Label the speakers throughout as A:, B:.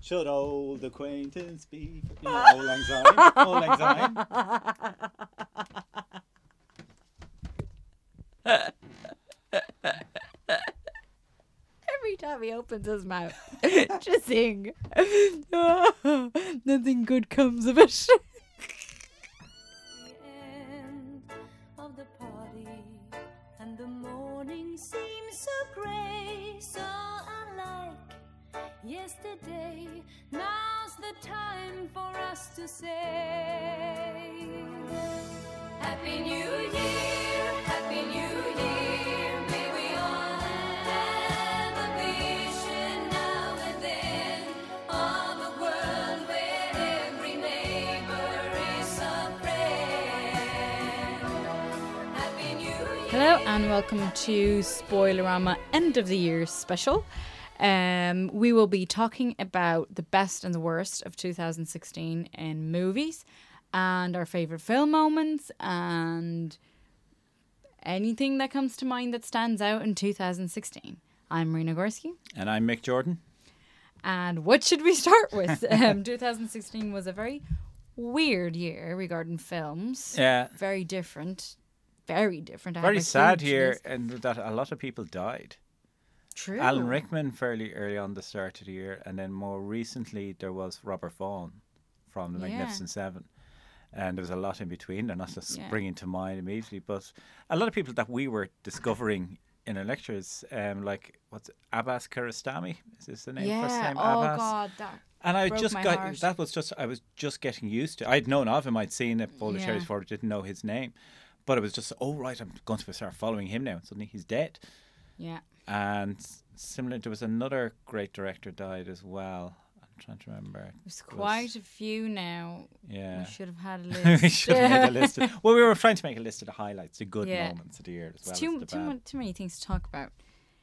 A: Should old acquaintance be? You know, auld lang syne. Auld lang syne.
B: Every time he opens his mouth to sing, nothing good comes of it.
C: end of the party, and the morning seems so gray, so unlike yesterday. Now's the time for us to say Happy New Year, Happy New Year. May we all have a vision now and then of a world where every neighbor is a friend. Happy New Year.
B: Hello and welcome to Spoilerama End of the Year special. Um, we will be talking about the best and the worst of 2016 in movies and our favorite film moments and anything that comes to mind that stands out in 2016. I'm Marina Gorski.
A: And I'm Mick Jordan.
B: And what should we start with? um, 2016 was a very weird year regarding films.
A: Yeah.
B: Very different. Very different. I have
A: Very
B: a
A: sad
B: huge
A: here,
B: list.
A: and that a lot of people died.
B: True.
A: Alan Rickman fairly early on the start of the year, and then more recently there was Robert Vaughn from The
B: Yeah.
A: Magnificent Seven. And there was a lot in between. They're not just
B: Yeah.
A: springing to mind immediately, but a lot of people that we were discovering in our lectures, um, like what's it, Abbas Kiarostami? Is this the name?
B: Yeah.
A: First name
B: oh
A: Abbas.
B: God. That.
A: And I
B: broke
A: just
B: my
A: got
B: heart.
A: that was just I was just getting used to. I'd known of him. I'd seen it Boulder
B: Yeah.
A: Cherries before. but Didn't know his name, but it was just oh right, I'm going to start following him now. And suddenly he's dead.
B: Yeah.
A: And s- similar, there was another great director died as well. I'm trying to remember. It
B: There's quite a few now.
A: yeah.
B: We should have had a
A: we
B: list.
A: should make a list. Of, well, we were trying to make a list of the highlights, the good
B: Yeah.
A: moments of the year as
B: It's
A: well. as
B: too
A: the
B: too
A: bad. Mm-hmm.
B: mu- too many things to talk about.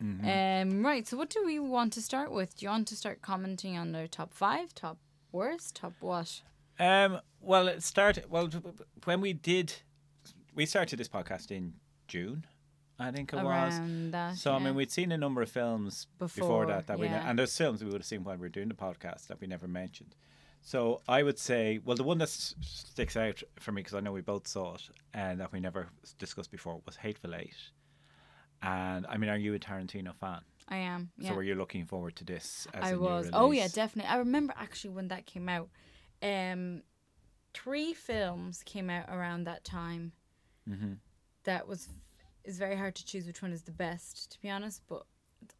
B: Um, right. So what do we want to start with? Do you want to start commenting on our top five, top worst, top what?
A: Um, well, it started. Well, t- when we did, we started this podcast in June, I think it was.
B: Around that,
A: so I
B: yeah.
A: mean, we'd seen a number of films before,
B: Before,
A: that that we ne-
B: yeah.
A: and there's films we would have seen while we were doing the podcast that we never mentioned. So I would say, well, the one that s- sticks out for me because I know we both saw it and that we never s- discussed before was Hateful Eight. And I mean, are you a Tarantino fan?
B: I am. Yeah.
A: So were you looking forward to this? As
B: I
A: a new
B: was. Oh yeah,
A: release?
B: definitely. I remember actually when that came out. Um, three films came out around that time.
A: Mm-hmm.
B: That was it's very hard to choose which one is the best, to be honest. But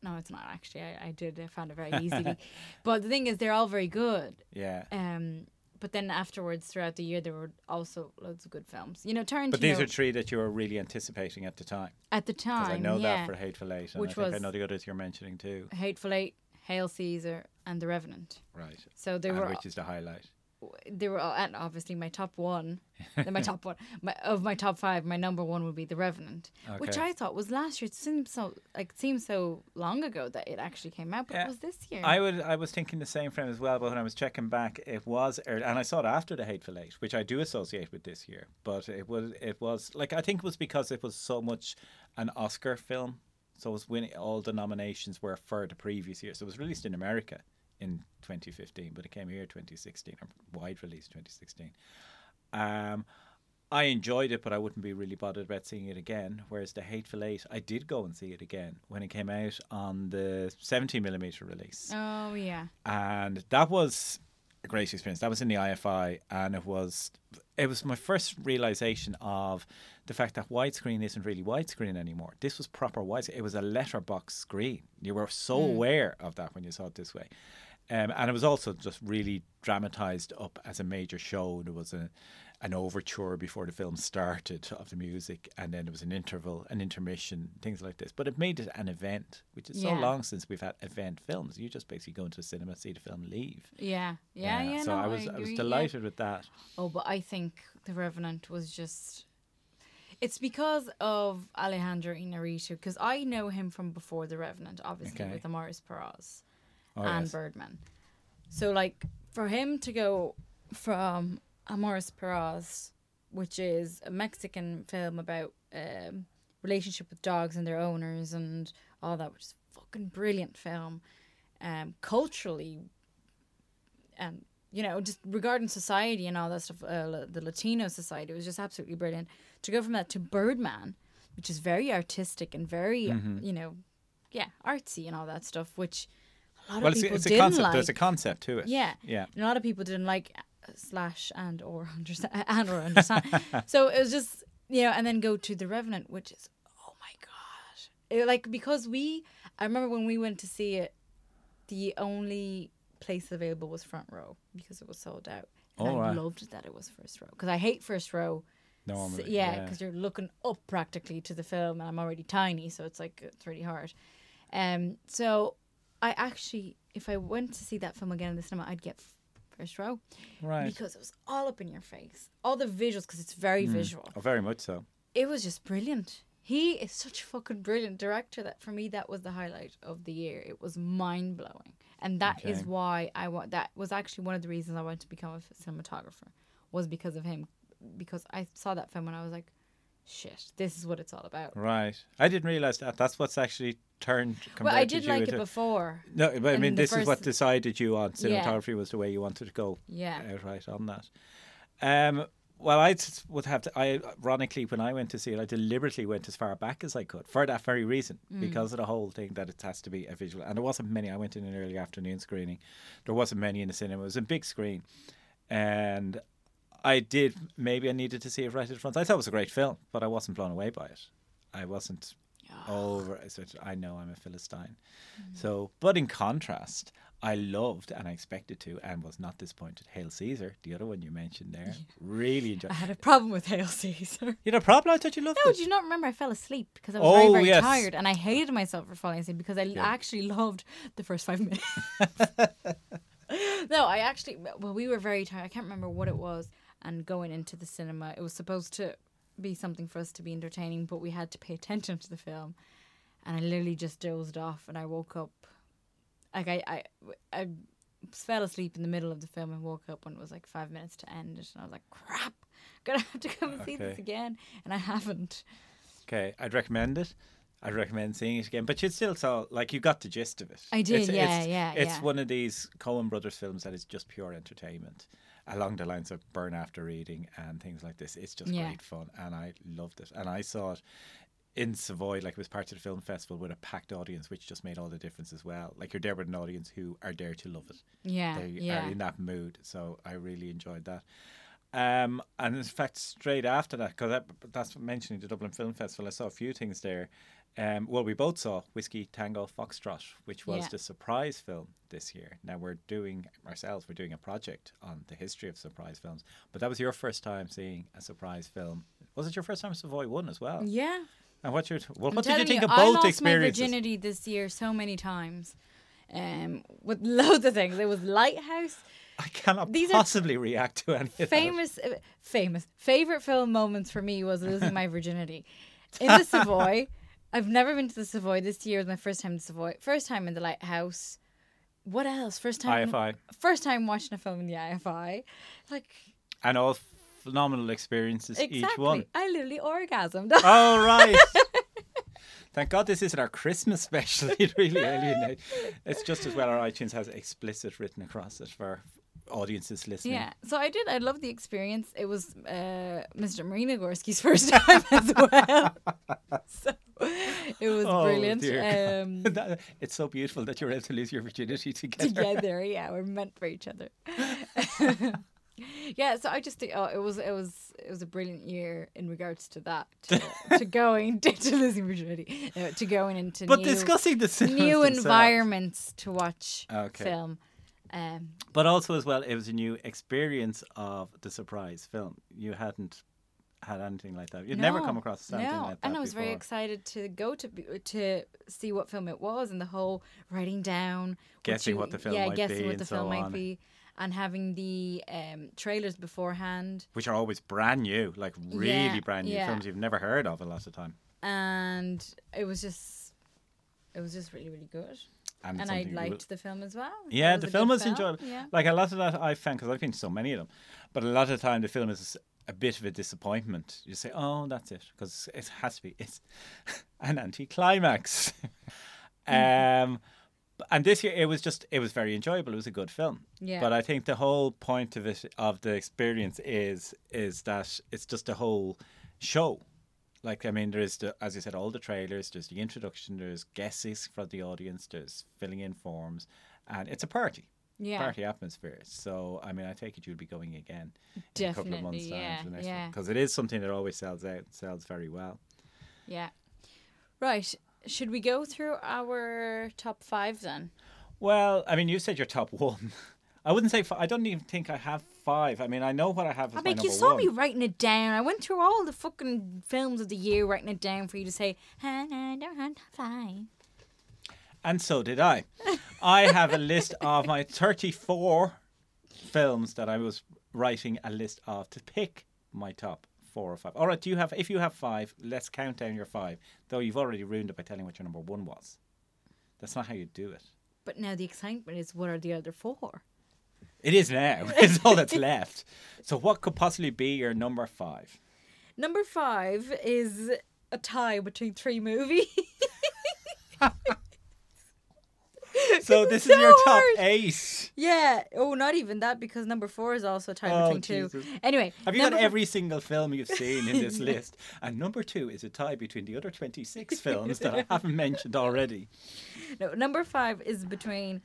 B: no, it's not actually. I, I did. I found it very easily. but the thing is, they're all very good.
A: Yeah.
B: Um, but then afterwards, throughout the year, there were also loads of good films. You know, Tarantino.
A: But these are three that you were really anticipating at the time.
B: at the
A: Because
B: time.
A: I know
B: yeah,
A: that for Hateful Eight, and
B: Which
A: I think I
B: was-
A: know the others you're mentioning too.
B: Hateful Eight, Hail Caesar, and The Revenant.
A: Right.
B: So they
A: and
B: were
A: Ah, which is the highlight.
B: they were all, and obviously my top one, then my top one my, of my top five. My number one would be The Revenant, which
A: Okay.
B: I thought was last year. It seems so like seems so long ago that it actually came out, but
A: Yeah.
B: it was this year.
A: I would. I was thinking the same frame as well, but when I was checking back, it was, early, and I saw it after the Hateful Eight, which I do associate with this year. But it was, it was like I think it was because it was so much an Oscar film, so it was winning all the nominations were for the previous year. So it was released in America in 2015, but it came here 2016, or wide release 2016. Um, I enjoyed it, but I wouldn't be really bothered about seeing it again. Whereas the Hateful Eight, I did go and see it again when it came out on the 17 millimeter release
B: oh yeah,
A: and that was a great experience. That was in the IFI, and it was it was my first realization of the fact that widescreen isn't really widescreen anymore. This was proper widescreen. It was a letterbox screen. You were so aware of that when you saw it this way. Um, and it was also just really dramatized up as a major show. There was a, an overture before the film started of the music, and then there was an interval, an intermission, things like this. But it made it an event, which is so
B: Yeah.
A: long long since we've had event films. You just basically go into the cinema, see the film, leave.
B: yeah, yeah, yeah.
A: so
B: no,
A: I was I, was
B: agree, yeah.
A: delighted with that.
B: Oh, but I think The Revenant was just. It's because of Alejandro Inarritu, because I know him from before The Revenant, obviously,
A: Okay.
B: with Amaris Paraz
A: Oh,
B: and
A: yes.
B: Birdman. So, like, for him to go from Amaris Paraz, which is a Mexican film about um, relationship with dogs and their owners and all that, which is a fucking brilliant film, um, culturally um, you know, just regarding society and all that stuff, uh, la- the Latino society was just absolutely brilliant. To go from that to Birdman, which is very artistic and very,
A: Mm-hmm.
B: you know, yeah, artsy and all that stuff, which a lot
A: Well,
B: of
A: it's,
B: people
A: it's a
B: didn't
A: concept.
B: like.
A: There's a concept to it.
B: Yeah.
A: Yeah.
B: And a lot of people didn't like uh, slash and or understand and or understand. so it was just you know, and then go to the Revenant, which is oh my gosh, It- like because we I remember when we went to see it, the only place available was front row because it was sold out. And
A: Oh,
B: I
A: right.
B: loved that it was first row because I hate first row.
A: Normally.
B: S- yeah, because you're looking up practically to the film, and I'm already tiny, so it's like it's really hard. Um, so I actually, if I went to see that film again in the cinema, I'd get f- first row
A: Right.
B: because it was all up in your face, all the visuals, because it's very visual.
A: Oh, very much so.
B: It was just brilliant. He is such a fucking brilliant director that for me that was the highlight of the year. It was mind blowing, and that is
A: Okay.
B: why I want. That was actually one of the reasons I wanted to become a f- cinematographer was because of him, because I saw that film and I was like, shit, this is what it's all about.
A: Right. I didn't realize that. That's what's actually turned.
B: Well,
A: compared
B: I
A: to
B: did
A: you
B: like
A: into-
B: it before.
A: No, but I
B: in
A: mean,
B: the
A: this is what
B: first-
A: decided you on
B: Yeah.
A: cinematography was the way you wanted to go.
B: Yeah.
A: Outright on that. Um, well, I s- would have to. I ironically, when I went to see it, I deliberately went as far back as I could for that very reason,
B: Mm.
A: because of the whole thing that it has to be a visual. And there wasn't many. I went in an early afternoon screening. There wasn't many in the cinema. It was a big screen, and I did. Maybe I needed to see it right at the front. I thought it was a great film, but I wasn't blown away by it. I wasn't over. so it's- I know I'm a philistine. So, but in contrast, I loved and I expected to and was not disappointed. Hail Caesar, the other one you mentioned there, really enjoyed.
B: I had a problem with Hail Caesar.
A: You know, problem. I thought you loved
B: No,
A: it.
B: do you not remember? I fell asleep because I was
A: Oh,
B: very, very
A: yes.
B: tired, and I hated myself for falling asleep because I actually loved the first five minutes. no, I actually. Well, we were very tired. I can't remember what it was. And going into the cinema, it was supposed to be something for us to be entertaining, but we had to pay attention to the film. And I literally just dozed off, and I woke up. Like I, I, I fell asleep in the middle of the film and woke up when it was like five minutes to end, it, and I was like, "Crap, gonna have to come and see this
A: Okay.
B: again," and I haven't.
A: Okay, I'd recommend it. I'd recommend seeing it again, but you still saw like you got the gist of it.
B: I did,
A: It's,
B: yeah,
A: it's,
B: yeah,
A: It's
B: yeah.
A: one of these Coen Brothers films that is just pure entertainment, along the lines of Burn After Reading and things like this. It's just
B: Yeah.
A: great fun, and I loved it. And I saw it in Savoy, like it was part of the film festival with a packed audience, which just made all the difference as well. Like you're there with an audience who are there to love it
B: Yeah,
A: they
B: yeah.
A: are uh, in that mood. So I really enjoyed that. Um, and in fact, straight after that, because that, that's mentioning the Dublin Film Festival, I saw a few things there. Um, well, we both saw Whiskey Tango Foxtrot, which was
B: Yeah.
A: the surprise film this year. Now we're doing ourselves, we're doing a project on the history of surprise films. But that was your first time seeing a surprise film. Was it your first time Savoy One as well?
B: yeah.
A: And what your well,
B: Mm. I'm
A: what did you
B: telling
A: think of
B: I
A: both
B: lost my
A: experiences?
B: virginity this year so many times, um, with loads of things. There was Lighthouse,
A: I cannot
B: These are
A: possibly react to any of that.
B: famous, uh, famous favorite film moments for me was losing my virginity in the Savoy. I've never been to the Savoy. This year was my first time to Savoy. First time in the Lighthouse. What else? First time.
A: IFI.
B: First time watching a film in the IFI. Like
A: and all phenomenal experiences
B: exactly.
A: each one.
B: I literally orgasmed.
A: All right. Thank God this isn't our Christmas special. It really alienates. It's just as well our iTunes has explicit written across it for audiences listening.
B: Yeah, so I did. I loved the experience. It was uh, Mr. Marina Gorski's first time as well. so it was
A: Oh,
B: brilliant.
A: dear God.
B: Um,
A: That- it's so beautiful that you're able to lose your virginity together.
B: together, yeah, we're meant for each other. yeah, so I just think oh, it was it was it was a brilliant year in regards to that to, to going to, losing virginity, uh, to going into
A: But
B: new,
A: discussing the cinemas
B: new
A: themselves.
B: environments to watch
A: Okay.
B: film. Um,
A: But also as well, it was a new experience of the surprise film. You hadn't had anything like that. You'd never
B: No,
A: come across something
B: no.
A: like that
B: And I was very
A: before.
B: excited to go to be- to see what film it was and the whole writing down,
A: Guessing
B: you-
A: what the film
B: yeah,
A: might
B: guessing
A: be
B: what
A: and
B: the
A: so
B: film might
A: on.
B: be, and having the um, trailers beforehand.
A: Which are always brand new, like really
B: Yeah,
A: brand new
B: yeah.
A: films you've never heard of a lot of time.
B: And it was just, it was just really really good.
A: And,
B: And I
A: something you will-
B: liked the film as well. It
A: Yeah,
B: was
A: the
B: a
A: film
B: good
A: was enjoyable.
B: Yeah.
A: Like a lot of that I found because I've been to so many of them, but a lot of the time the film is a bit of a disappointment. You say, "Oh, that's it," because it
B: Mm-hmm.
A: has to be. It's an anticlimax. um, and this year it was just it was very enjoyable. It was a good film.
B: Yeah.
A: But I think the whole point of it of the experience is is that it's just a whole show. Like I mean, there is the as you said, all the trailers. There's the introduction. There's guesses from the audience. There's filling in forms, and it's a party.
B: Yeah.
A: Party atmosphere. So I mean, I take it you'll be going again in a couple of months'
B: Definitely.
A: time
B: Yeah.
A: to the next
B: Yeah.
A: because it is something that always sells out, sells very well.
B: Yeah. Right. Should we go through our top five then?
A: Well, I mean, you said your top one. I wouldn't say. Five. I don't even think I have five. I mean, I know what I have.
B: I
A: As my
B: mean, you
A: number
B: saw
A: one.
B: me writing it down. I went through all the fucking films of the year writing it down for you to say, "Huh, I don't have five.
A: And so did I. I have a list of my 34 films that I was writing a list of to pick my top four or five. All right, do you have, if you have five, let's count down your five, though you've already ruined it by telling what your number one was. That's not how you do it.
B: But now the excitement is what are the other four?
A: It is now. It's all that's left. So, what could possibly be your number five?
B: Number five is a tie between three movies.
A: So, this
B: So
A: is your top
B: hard.
A: eight.
B: yeah. Oh, not even that because number four is also a tie
A: Oh,
B: between two.
A: Jesus.
B: Anyway,
A: Have you
B: number
A: got every single film you've seen in this list? And number two is a tie between the other 26 films that I haven't mentioned already.
B: No, number five is between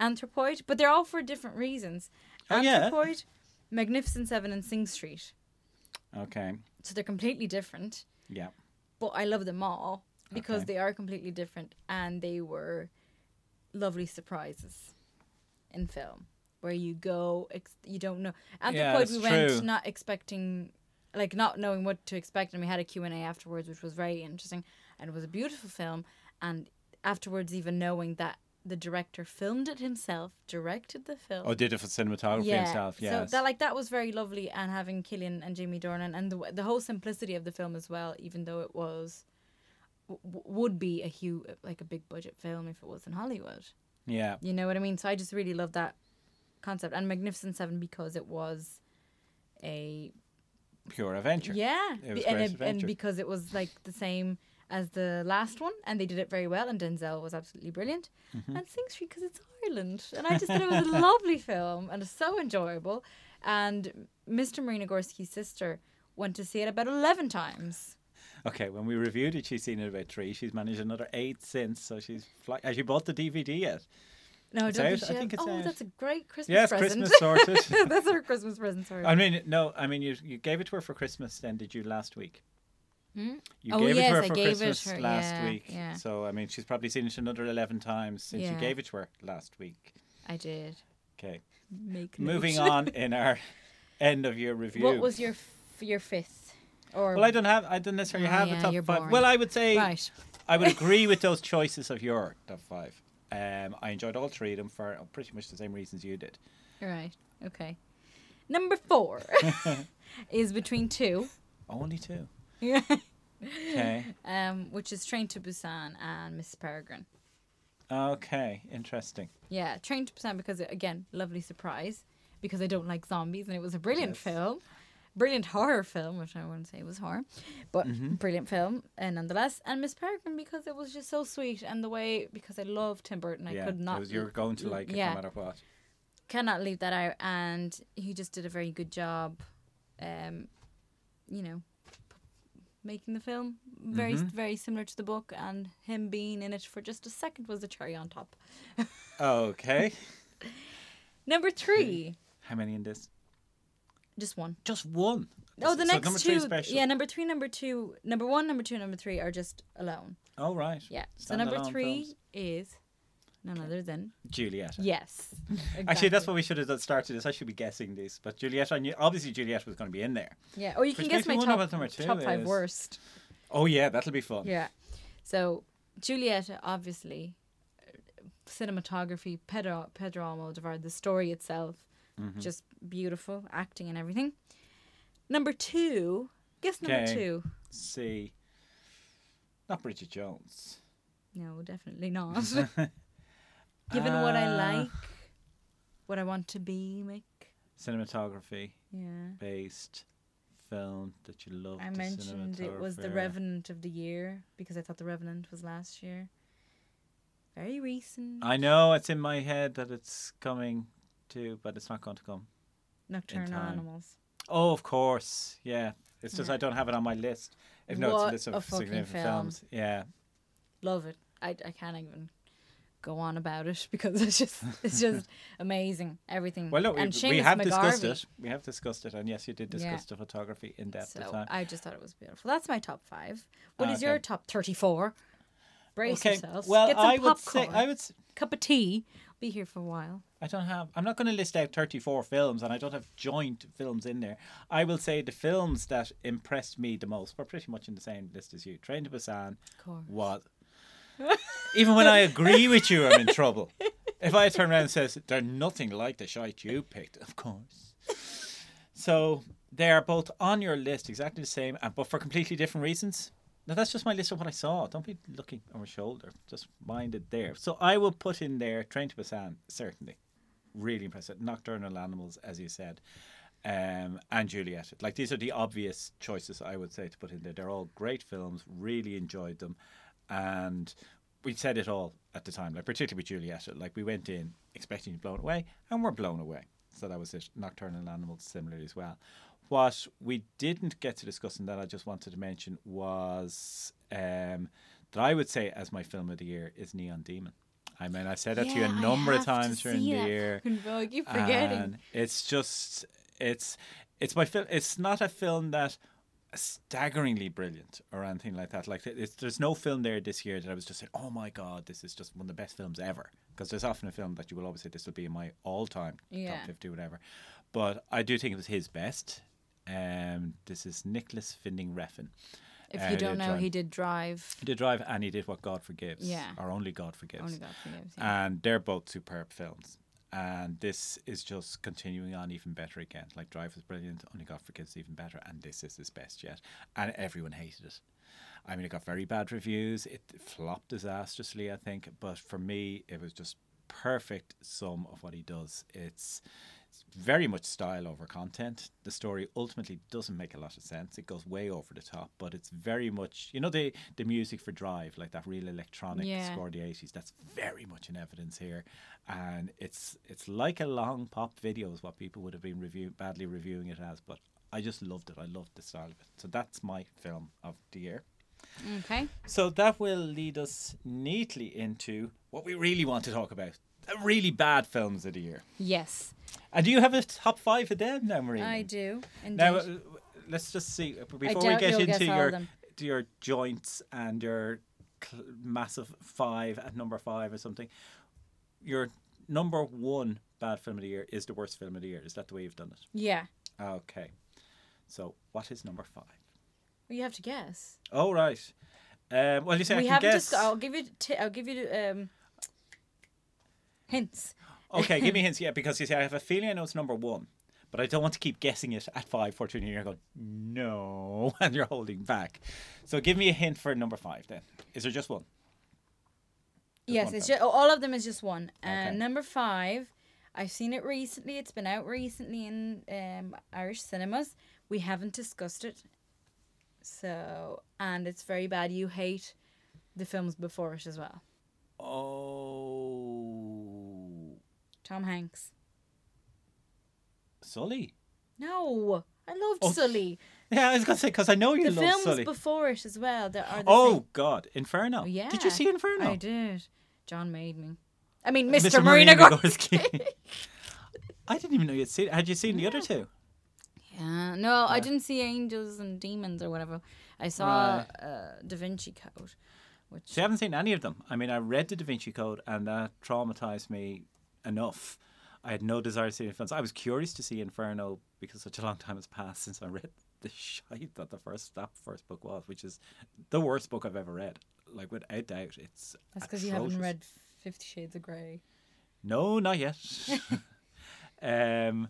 B: Anthropoid, but they're all for different reasons.
A: Oh, yeah.
B: Anthropoid, Magnificent Seven, and Sing Street.
A: Okay.
B: So they're completely different,
A: Yeah.
B: but I love them all because
A: Okay.
B: they are completely different and they were lovely surprises in film where you go, ex- you don't know. Anthropoid,
A: that's
B: we went
A: true.
B: not expecting, like not knowing what to expect, and we had a Q&A afterwards, which was very interesting, and it was a beautiful film. And afterwards, even knowing that the director filmed it himself, directed the film.
A: Or Oh, did it for cinematography himself? Yes.
B: So that like that was very lovely, and having Killian and Jamie Dornan, and the w- the whole simplicity of the film as well, even though it was w- w- would be a huge like a big budget film if it was in Hollywood.
A: yeah.
B: You know what I mean? So I just really love that concept and Magnificent Seven because it was a
A: Pure adventure.
B: yeah,
A: It was
B: be-
A: great
B: and, and
A: adventure.
B: because it was like the same as the last one, and they did it very well, and Denzel was absolutely brilliant,
A: Mm-hmm.
B: and Sing Street because it's Ireland, and I just thought it was a lovely film and it's so enjoyable, and Mr. Marina Gorski's sister went to see it about eleven times.
A: Okay. When we reviewed it, she's seen it about three. She's managed another eight since. So she's fly- Has she bought the DVD yet?
B: No, I
A: It's
B: don't
A: out?
B: think
A: I
B: she has-
A: think it's
B: Oh,
A: out.
B: that's a great Christmas
A: yes.
B: present.
A: Christmas sorted.
B: that's her Christmas present. Sorry.
A: I mean, no. I mean, you you gave it to her for Christmas. Then did you last week? You
B: Oh,
A: gave it
B: yes,
A: to her
B: I
A: for
B: gave it
A: Christmas
B: her,
A: last
B: yeah,
A: week.
B: yeah.
A: So I mean, she's probably seen it another eleven times since you
B: Yeah.
A: gave it to her last week.
B: I did.
A: Okay.
B: Make
A: Moving
B: note.
A: on in our end of year review.
B: What was your f- your fifth? Or
A: Well, I don't have. I don't necessarily
B: Ah,
A: have
B: yeah,
A: a top
B: you're
A: five.
B: boring.
A: Well, I would say
B: right.
A: I would agree with those choices of your top five. Um, I enjoyed all three of them for pretty much the same reasons you did.
B: Right. Okay. Number four is between two,
A: Only two.
B: Yeah.
A: Okay.
B: um, which is Train to Busan and Mrs. Peregrine.
A: Okay. Interesting.
B: Yeah, Train to Busan because again, lovely surprise because I don't like zombies and it was a brilliant
A: Yes.
B: film, brilliant horror film, which I wouldn't say was horror, but
A: Mm-hmm.
B: brilliant film and nonetheless. And Miss Peregrine because it was just so sweet and the way because I love Tim Burton, I
A: yeah.
B: could not.
A: it was- you're going to like it
B: yeah.
A: no matter what.
B: cannot leave that out and he just did a very good job um you know p- making the film very
A: Mm-hmm.
B: very similar to the book and him being in it for just a second was the cherry on top
A: Okay.
B: number three
A: How many in this?
B: just one
A: Just one.
B: Oh, the
A: So
B: next
A: number
B: two,
A: three special.
B: yeah, number three, number two, number one, number two, number three are just alone.
A: Oh right.
B: Yeah. So number
A: Standalone
B: three
A: films.
B: is none other than
A: Juliet.
B: yes.
A: Actually, that's
B: exactly.
A: what we should have done- started this. I should be guessing this, but Juliet, I knew obviously Juliet was going to be in there.
B: Yeah. Oh, you can
A: Which
B: guess
A: makes me
B: my
A: wonder
B: top,
A: what number two
B: top five
A: is.
B: worst.
A: Oh yeah, that'll be fun.
B: Yeah. So Julieta, obviously, uh, cinematography, Pedro, Pedro Almodovar, the story itself,
A: Mm-hmm.
B: just beautiful acting and everything. Number two, guess number
A: Okay.
B: two.
A: See, not Bridget Jones.
B: No, definitely not. Given what I
A: Uh,
B: like, what I want to be, Mick.
A: cinematography
B: Yeah.
A: based film that you love.
B: I mentioned it was The Revenant of the Year because I thought The Revenant was last year. Very recent.
A: I know it's in my head that it's coming too, but it's not going to come.
B: Nocturnal
A: time.
B: Animals.
A: Oh, of course. Yeah. It's just
B: Yeah.
A: I don't have it on my list. If no,
B: What
A: it's a list
B: a
A: of
B: fucking
A: significant
B: film.
A: films. Yeah.
B: Love it. I, I can't even go on about it because it's just it's just amazing everything.
A: Well, no, we,
B: and
A: we
B: Seamus
A: have discussed
B: McGarvey.
A: it. We have discussed it, and yes, you did discuss
B: Yeah.
A: the photography in depth at the
B: So uh,
A: time.
B: I just thought it was beautiful. That's my top five. What
A: Ah,
B: is
A: okay.
B: your top thirty-four? Brace yourselves.
A: Well,
B: Get some
A: I would
B: popcorn.
A: say I would. s-
B: Cup of tea. Be here for a while.
A: I don't have. I'm not going to list out 34 films, and I don't have joint films in there. I will say the films that impressed me the most were pretty much in the same list as you. Train to Busan
B: Of course.
A: was. Even when I agree with you, I'm in trouble. If I turn around and says they're nothing like the shite you picked, of course. So they are both on your list, exactly the same, and but for completely different reasons. Now that's just my list of what I saw. Don't be looking over my shoulder. Just mind it there. So I will put in there Train to Busan, certainly. Really impressive. Nocturnal Animals, as you said. Um, and Juliet. Like these are the obvious choices I would say to put in there. They're all great films, really enjoyed them. And we said it all at the time, like particularly with Juliet. Like we went in expecting to be blown away and we're blown away. So that was it. Nocturnal Animals similarly as well. What we didn't get to discuss and that I just wanted to mention was um, that I would say as my film of the year is Neon Demon. I mean, I said that to you a
B: Yeah, I
A: number of
B: have to
A: times during the
B: see that
A: year.
B: fucking film. I keep forgetting.
A: And it's just it's it's my film. It's not a film that staggeringly brilliant or anything like that. Like it's, there's no film there this year that I was just saying, oh my god, this is just one of the best films ever. Because there's often a film that you will always say this will be in my all time
B: Yeah.
A: top fifty whatever. But I do think it was his best. Um, this is Nicholas Finding Refn.
B: if
A: Uh,
B: you don't
A: did
B: know, he
A: Drive.
B: did drive.
A: He did Drive and he did What God Forgives.
B: Yeah.
A: Or Only God Forgives
B: Only God forgives. Yeah.
A: and they're both superb films. And this is just continuing on even better again. Like Drive was brilliant, Only God Forgives even better, and this is his best yet. And everyone hated it. I mean, it got very bad reviews. It flopped disastrously, I think. But for me, it was just perfect sum of what he does. It's it's very much style over content. The story ultimately doesn't make a lot of sense. It goes way over the top, but it's very much you know the the music for Drive, like that real electronic
B: Yeah.
A: score of the eighties. That's very much in evidence here, and it's it's like a long pop video is what people would have been review badly reviewing it as, but. I just loved it. I loved the style of it. So that's my film of the year. Ah.
B: okay.
A: So that will lead us neatly into what we really want to talk about. The really bad films of the year.
B: Yes,
A: And do you have a top five of them now, Marie?
B: I do. Indeed.
A: Now, uh, let's just see. uh, Before we
B: doubt
A: get
B: you'll
A: into
B: guess all
A: your
B: of them.
A: to your joints and your cl- massive five at number five or something, your number one bad film of the year is the worst film of the year. Is that the way you've done it?
B: yeah.
A: Okay. So, what is number five?
B: Well, you have to guess.
A: Oh, right. Um, well, you say I
B: we
A: can
B: haven't oh,
A: guess.
B: just. I'll give you. T- I'll give you um, hints.
A: Okay, give me hints. Yeah, because you see, I have a feeling I know it's number one, but I don't want to keep guessing it at five, four, two, and you're going, no, and you're holding back. So give me a hint for number five then. Is there just one? Just
B: yes,
A: one
B: it's
A: film.
B: just, all of them is just one. And
A: Okay.
B: number five, I've seen it recently. It's been out recently in um, Irish cinemas. We haven't discussed it, so and it's very bad. You hate the films before it as well.
A: Oh.
B: Tom Hanks.
A: Sully.
B: No, I loved
A: Oh,
B: Sully.
A: Yeah, I was going to say, because I know you
B: The
A: love
B: films
A: Sully.
B: before it as well. There are the
A: oh,
B: same-
A: God. Inferno.
B: yeah.
A: Did you see Inferno?
B: I did. John made me. I mean, Mr. Marina Gor-
A: Gorski. I didn't even know you'd seen Had you seen the other two?
B: Yeah, no, I didn't see angels and demons or whatever. I saw uh, Da Vinci Code, which
A: So I haven't seen any of them. I mean, I read the Da Vinci Code, and that traumatized me enough. I had no desire to see the films. I was curious to see Inferno because such a long time has passed since I read the shite that the first that first book was, which is the worst book I've ever read. Like without doubt, it's
B: that's because you haven't
A: atrocious.
B: read Fifty Shades of Grey.
A: No, not yet. um,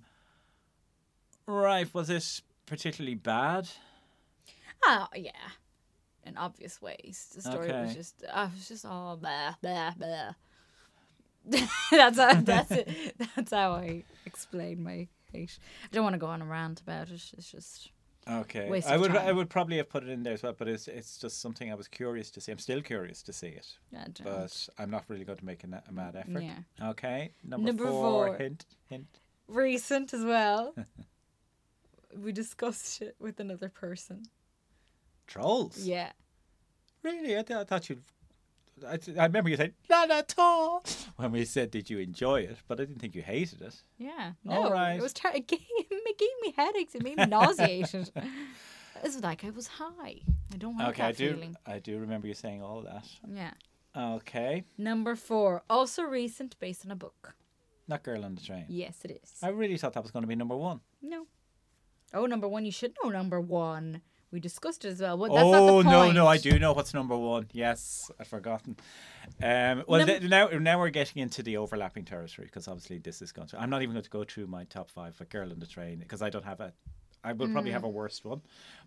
A: right, was it particularly bad?
B: Ah, yeah, in obvious ways. The story was
A: Okay.
B: just, I was just all blah blah blah. that's how, that's it. That's how I explain my hate. I don't want to go on a rant about it. It's just
A: Okay.
B: Waste
A: I
B: of
A: would
B: time.
A: I would probably have put it in there as well, but it's it's just something I was curious to see. I'm still curious to see it,
B: I don't know.
A: but I'm not really going to make a, na- a mad effort.
B: Yeah.
A: Okay. Number,
B: Number
A: four,
B: four.
A: Hint. Hint.
B: Recent as well. we discussed it with another person.
A: Trolls.
B: Yeah.
A: Really? I, th- I thought you'd. I, th- I remember you saying not at all when we said did you enjoy it, but I didn't think you hated it.
B: Yeah.
A: All
B: No,
A: right.
B: it was ter- it, gave, it gave me headaches. It made me nauseated. it was like I was high. I don't like
A: okay,
B: that
A: I do.
B: feeling.
A: I do remember you saying all that.
B: Yeah.
A: Okay,
B: Number four, also recent, based on a book.
A: not girl on the train.
B: Yes, it is.
A: I really thought that was going to be number one.
B: No. Oh, number one, you should know number one. We discussed it as well. Well, that's not the
A: oh no, no, I
B: point.
A: do know what's number one. Yes, I'd forgotten. Um, well,
B: Num-
A: th- now now we're getting into the overlapping territory because obviously this is going to. I'm not even going to go through my top five for girl on the train because I don't have a. I will probably
B: Mm.
A: have a worst one,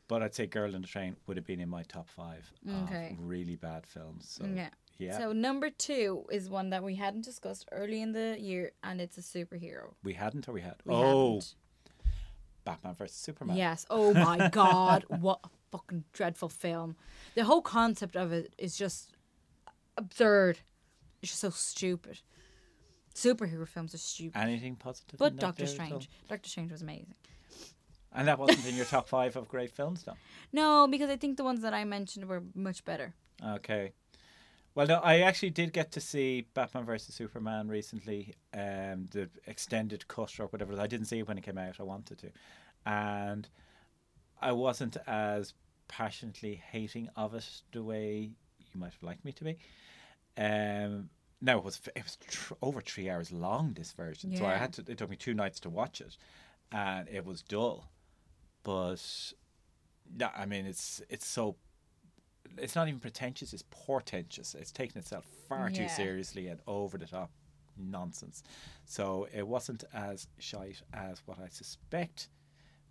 A: but I'd say Girl on the Train would have been in my top five of
B: Okay.
A: really bad films. So,
B: Yeah.
A: yeah,
B: So number two is one that we hadn't discussed early in the year, and it's a superhero.
A: we hadn't or we had.
B: We
A: oh,
B: haven't.
A: Batman versus Superman.
B: Yes. Oh my God. What a fucking dreadful film. The whole concept of it is just absurd. It's just so stupid. Superhero films are stupid.
A: Anything positive?
B: but
A: in that
B: Doctor
A: there at all?
B: Strange. Doctor Strange was amazing.
A: And that wasn't in your top five of great films, though.
B: No, because I think the ones that I mentioned were much better.
A: Okay. Well, no, I actually did get to see Batman versus Superman recently, um, the extended cut or whatever. I didn't see it when it came out. I wanted to, and I wasn't as passionately hating of it the way you might have liked me to be. Um, no, it was it was tr- over three hours long. This version, so I
B: Yeah.
A: had to. It took me two nights to watch it, and it was dull. But no, I mean it's it's so it's not even pretentious, it's portentous. It's taken itself far too
B: Yeah.
A: seriously and over the top nonsense. So it wasn't as shite as what I suspect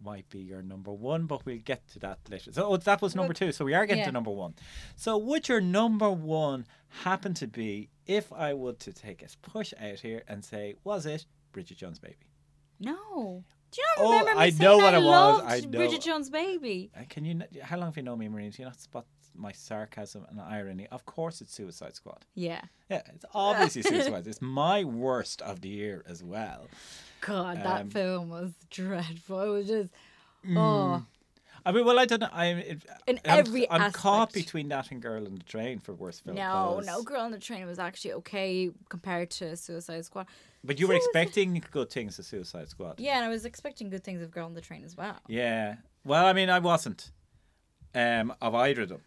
A: might be your number one, but we'll get to that later. So oh, that was number
B: Well,
A: two. So we are getting
B: yeah.
A: to number one. So would your number one happen to be if I were to take a push out here and say, was it Bridget Jones' Baby?
B: No. Do you not
A: Oh,
B: remember me
A: I
B: saying
A: know what
B: I
A: it was.
B: loved
A: I know.
B: Bridget Jones' Baby?
A: Uh, Can you? n- How long have you known me, Marina? Do you not spot my sarcasm and irony? Of course, it's Suicide Squad.
B: Yeah.
A: Yeah, it's obviously Suicide Squad. It's my worst of the year as well.
B: God, that
A: Um,
B: film was dreadful. It was just oh
A: Mm. I mean, well, I don't know. I'm it,
B: in
A: I'm,
B: every
A: I'm
B: aspect.
A: caught between that and Girl on the Train for worst film.
B: no,
A: 'cause-
B: no, Girl on the Train was actually okay compared to Suicide Squad.
A: But you were
B: Suicide-
A: expecting good things of Suicide Squad.
B: Yeah, and I was expecting good things of Girl on the Train as well.
A: Yeah. Well, I mean, I wasn't um, of either of them,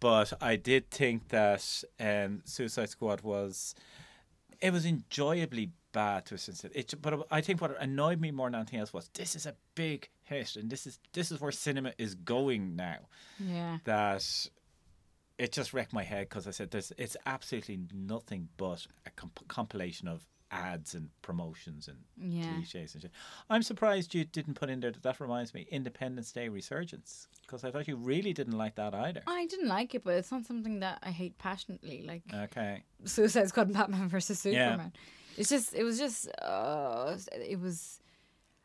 A: but I did think that um, Suicide Squad was it was enjoyably bad to a sense. that It, but I think what annoyed me more than anything else was this is a big hit, and this is this is where cinema is going now.
B: Yeah.
A: That it just wrecked my head because I said there's it's absolutely nothing but a comp- compilation of ads and promotions and
B: Yeah.
A: cliches and shit. I'm surprised you didn't put in there that that reminds me Independence Day Resurgence because I thought you really didn't like that either.
B: I didn't like it, but it's not something that I hate passionately, like
A: Okay.
B: Suicide Squad, and Batman versus
A: Yeah.
B: Superman. It's just, it was just, uh, it was.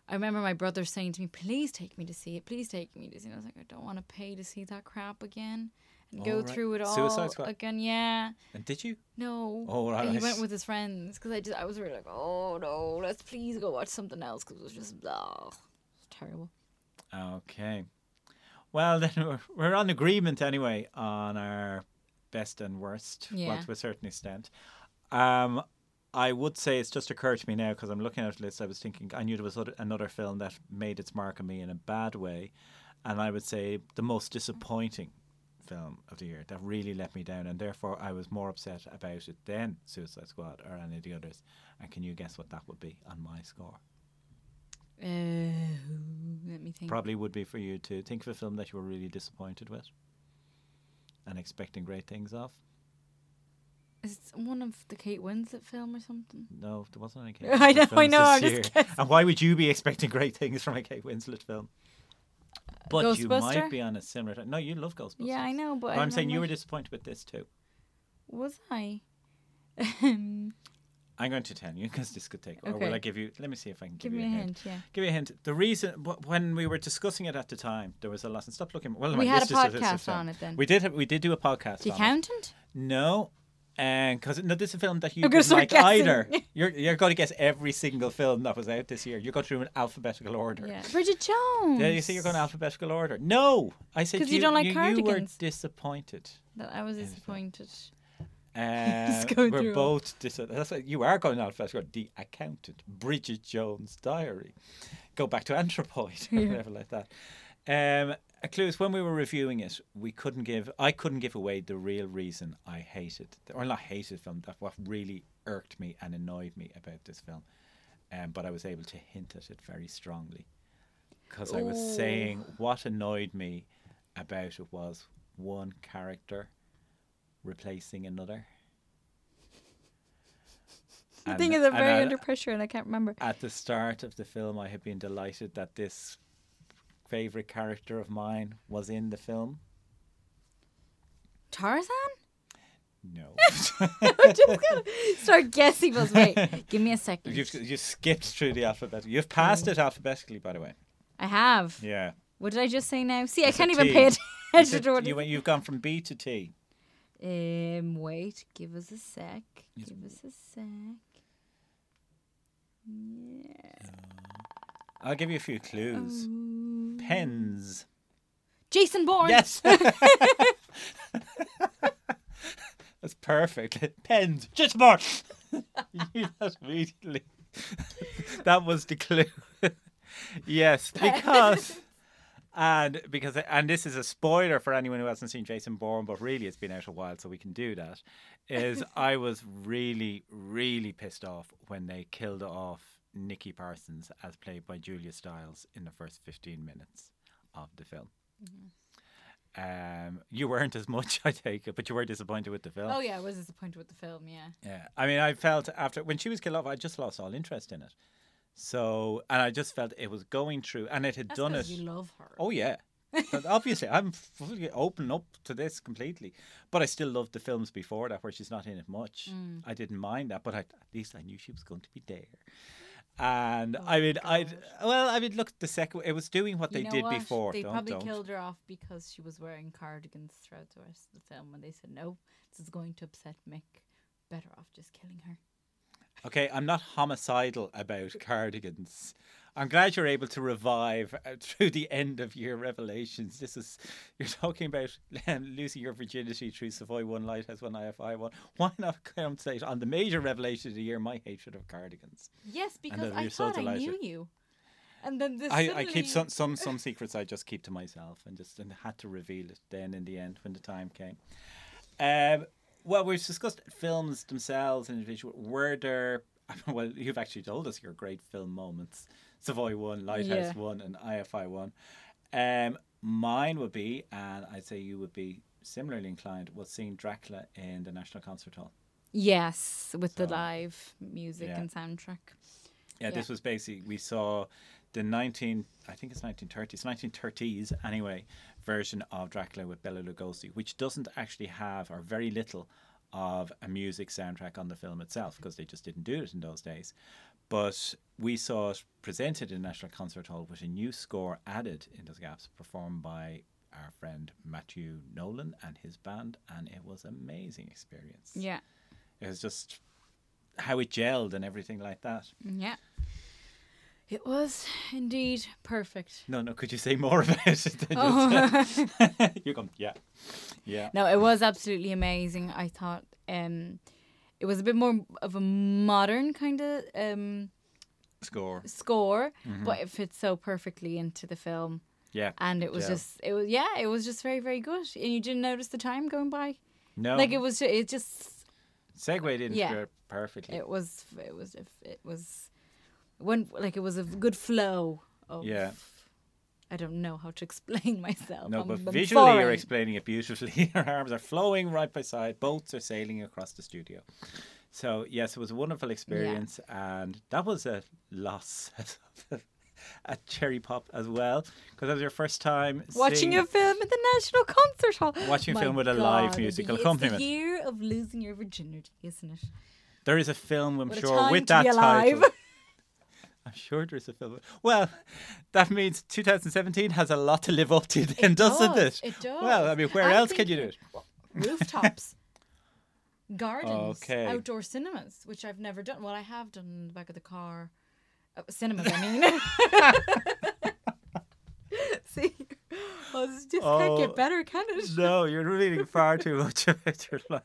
B: I remember my brother saying to me, "Please take me to see it. Please take me to see." it. I was like, "I don't want to pay to see that crap again and go
A: All right.
B: through it all
A: Suicide Squad.
B: again." Yeah,
A: And did you? Oh,
B: no.
A: All
B: And He
A: right.
B: went with his friends because I just, I was really like, "Oh no, let's please go watch something else," because it was just, oh, terrible.
A: Okay. Well, then we're, we're on agreement anyway on our best and worst, well,
B: Yeah.
A: to a certain extent. Um, I would say it's just occurred to me now because I'm looking at the list. I was thinking I knew there was other, another film that made its mark on me in a bad way, and I would say the most disappointing film of the year that really let me down, and therefore I was more upset about it than Suicide Squad or any of the others. And can you guess what that would be on my score?
B: Uh, let me think.
A: probably would be for you to think of a film that you were really disappointed with and expecting great things of.
B: Is it one of the Kate Winslet film or something?
A: No, there wasn't any Kate
B: I
A: Winslet
B: know, I
A: films
B: know, I'm
A: this
B: just
A: year. And why would you be expecting great things from a Kate Winslet film? But you might
B: Ghostbuster?
A: be on a similar. Tra- no, you love Ghostbusters.
B: Yeah, I know, but
A: But
B: I
A: I'm saying
B: remember-
A: you were disappointed with this too.
B: Was I? Um,
A: I'm going to tell you because this could take. Or
B: Okay.
A: will I give you? Let me see if I can give,
B: Give me
A: you
B: a
A: a
B: hint, yeah.
A: Give me a hint. The reason wh- when we were discussing it at the time, there was a lot. And stop looking. Well,
B: We
A: my
B: had a
A: list is- is- is-
B: podcast
A: is-
B: on it then.
A: We did. Have, we did do a podcast.
B: The
A: on it.
B: accountant?
A: No, and because no, this is a film that you
B: I'm gonna
A: didn't like
B: start guessing.
A: either. You're you're going to guess every single film that was out this year. You go through an alphabetical order.
B: Yeah. Bridget Jones.
A: Yeah, you see, you're going alphabetical order. No, I said
B: 'Cause you don't like
A: You were
B: cardigans.
A: disappointed.
B: That I was disappointed.
A: Uh,
B: go
A: we're
B: through 'em.
A: both dis- that's like, you are going alphabetical order. The accountant, Bridget Jones' diary. Go back to Anthropoid or whatever like that. Um, a clue is when we were reviewing it, we couldn't give. I couldn't give away the real reason I hated, or not hated film. That what really irked me and annoyed me about this film. Um, but I was able to hint at it very strongly because I was
B: Ooh.
A: saying what annoyed me about it was one character replacing another.
B: The
A: And-
B: thing is, I'm
A: and
B: very
A: at-
B: under pressure and I can't remember.
A: At the start of the film, I had been delighted that this favorite character of mine was in the film.
B: Tarzan?
A: No,
B: Start guessing. Was wait. Give me a 2nd
A: you've you skipped through the alphabet. You've passed it alphabetically, by the way.
B: I have.
A: Yeah,
B: What did I just say now? See, I
A: said
B: can't even
A: T.
B: pay
A: you
B: attention to what.
A: you,
B: it-
A: went- you've gone from B to T.
B: Um, wait. Give us a sec. Give us a sec.
A: I'll give you a few clues.
B: Um,
A: Pens.
B: Jason Bourne.
A: Yes. That's perfect. Pens. Just more. you knew that immediately. that was the clue. yes, because and because and this is a spoiler for anyone who hasn't seen Jason Bourne, but really it's been out a while, so we can do that. Is I was really, really pissed off when they killed off Nikki Parsons as played by Julia Stiles in the first fifteen minutes of the film.
B: Mm-hmm.
A: Um, you weren't as much, I take it, but you were disappointed with the film.
B: Oh yeah, I was disappointed with the film. Yeah.
A: Yeah, I mean, I felt after when she was killed off, I just lost all interest in it. So, and I just felt it was going through, and it had
B: That's
A: done
B: 'cause
A: it.
B: You love her.
A: Oh yeah, but obviously, I'm fully open up to this completely. But I still loved the films before that, where she's not in it much.
B: Mm.
A: I didn't mind that, but I, at least I knew she was going to be there. And I mean, I well, I mean, look, the second it was doing what
B: Oh You
A: they
B: know
A: did
B: what?
A: before.
B: They
A: don't,
B: probably
A: don't.
B: killed her off because she was wearing cardigans throughout the rest of the film, and they said no, this is going to upset Mick. Better off just killing her.
A: Okay, I'm not homicidal about cardigans. I'm glad you're able to revive uh, through the end of your revelations. This is you're talking about um, losing your virginity through Savoy One Lighthouse One IFI One. Why not concentrate on the major revelation of the year, my hatred of cardigans?
B: Yes, because
A: then
B: I
A: you're so
B: thought I knew
A: delighted.
B: you, and then this.
A: I, I keep
B: suddenly-
A: some, some some secrets I just keep to myself and just and had to reveal it then in the end when the time came. Um, well, we've discussed films themselves and individual. Were there? Well, you've actually told us your great film moments: Savoy One,
B: Yeah.
A: Lighthouse One, and IFI One. Um, mine would be, and I'd say you would be similarly inclined, was seeing Dracula in the National Concert Hall.
B: Yes, with the
A: So,
B: live music
A: yeah.
B: and soundtrack.
A: Yeah, this was basically we saw the 19 I think it's 1930s 1930s anyway version of Dracula with Bela Lugosi which doesn't actually have or very little of a music soundtrack on the film itself because they just didn't do it in those days but we saw it presented in National Concert Hall with a new score added in those gaps performed by our friend Matthew Nolan and his band and it was an amazing experience
B: Yeah,
A: it was just how it gelled and everything like that
B: yeah. It was indeed perfect.
A: No, no. Could you say more about it? than just- you come. Yeah, yeah.
B: Oh. No, it was absolutely amazing. I thought um, it was a bit more of a modern kind of um,
A: Score.
B: score, but it fits so perfectly into the film.
A: Yeah.
B: And it was
A: Yeah.
B: just, it was yeah, it was just very, very good. And you didn't notice the time going by.
A: No.
B: Like it was, ju- it just,
A: segued into
B: Yeah.
A: it perfectly.
B: it was, it was, it was, when like it was a good flow of.
A: Yeah.
B: I don't know how to explain myself.
A: no,
B: I'm-
A: but
B: I'm
A: visually you're
B: um, foreign.
A: explaining it beautifully. Your arms are flowing right by side. Boats are sailing across the studio. So yes, it was a wonderful experience, and that was a loss at Cherry Pop as well because that was your first time
B: Watching
A: seeing-
B: a film at the National Concert Hall.
A: Watching a
B: My
A: film with a live
B: God,
A: musical
B: it's
A: accompaniment.
B: the year of losing your virginity, isn't it?
A: There is a film, I'm
B: What a
A: sure,
B: time
A: with
B: to
A: that
B: be alive.
A: title. I'm sure there's a film. Well, that means 2017 has a lot to live up to, then, doesn't
B: does,
A: it?
B: it does.
A: Well, I mean, where
B: I'm
A: else can you do it?
B: thinking- rooftops, gardens,
A: Okay.
B: outdoor cinemas, which I've never done. Well, I have done in the back of the car. Uh, cinemas, I mean. See, well, this just can't
A: Oh.
B: get better, can it?
A: No, you're reading far too much about your life.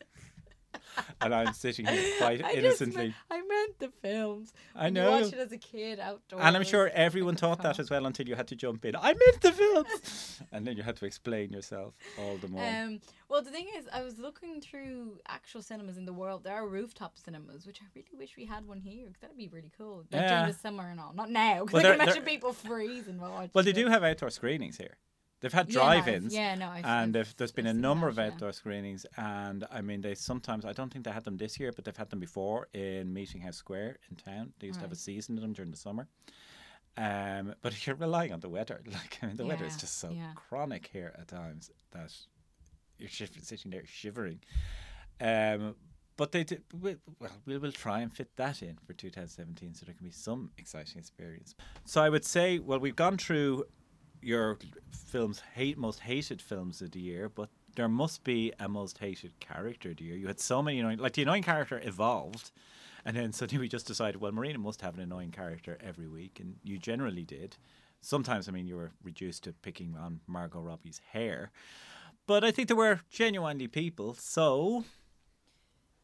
A: And I'm sitting here quite
B: I just meant-
A: innocently.
B: I meant the films.
A: I
B: When
A: know.
B: You watch it as a kid outdoors.
A: And I'm sure everyone thought that
B: car.
A: as well until you had to jump in. I meant the films! and then you had to explain yourself all the more.
B: Um, well, the thing is, I was looking through actual cinemas in the world. There are rooftop cinemas, which I really wish we had one here. 'cause that'd be really cool. Like
A: Yeah.
B: during the summer and all. Not now, because
A: Well,
B: I
A: there-
B: can
A: there-
B: imagine people freezing while watching.
A: well, they
B: it.
A: do have outdoor screenings here. They've had
B: Yeah, no, I've-
A: drive-ins.
B: Yeah, no. I've,
A: and
B: I've-
A: if there's been a
B: I've seen that,
A: number of
B: yeah.
A: outdoor screenings, and I mean, they sometimes I don't think they had them this year, but they've had them before in Meeting House Square in town. They used to have a
B: Right.
A: season of them during the summer. Um, but you're relying on the weather. Like I mean, the weather is
B: Yeah,
A: just so
B: yeah.
A: chronic here at times that you're shiv- sitting there shivering. Um, but they did, we- well, we will try and fit that in for 2017 so there can be some exciting experience. So I would say, well, we've gone through your films, hate, most hated films of the year, but there must be a most hated character of the year. You had so many annoying, like the annoying character evolved, and then suddenly we just decided, well, Marina must have an annoying character every week, and you generally did. Sometimes, I mean, you were reduced to picking on Margot Robbie's hair, but I think there were genuinely people. So